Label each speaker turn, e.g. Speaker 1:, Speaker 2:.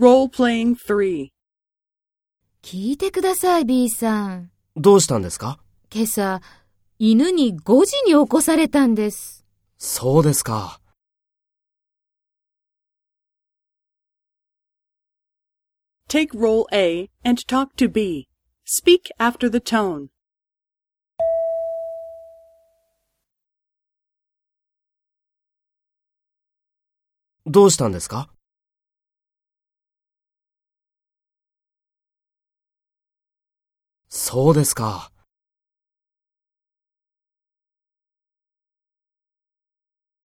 Speaker 1: Role playing 3.
Speaker 2: 聞いてください、B さん。
Speaker 3: どうしたんですか
Speaker 2: 今朝、犬に5時に起こされたんです。
Speaker 3: そうですか。
Speaker 1: Take role A and talk to B. Speak after the tone.
Speaker 3: どうしたんですかそうですか。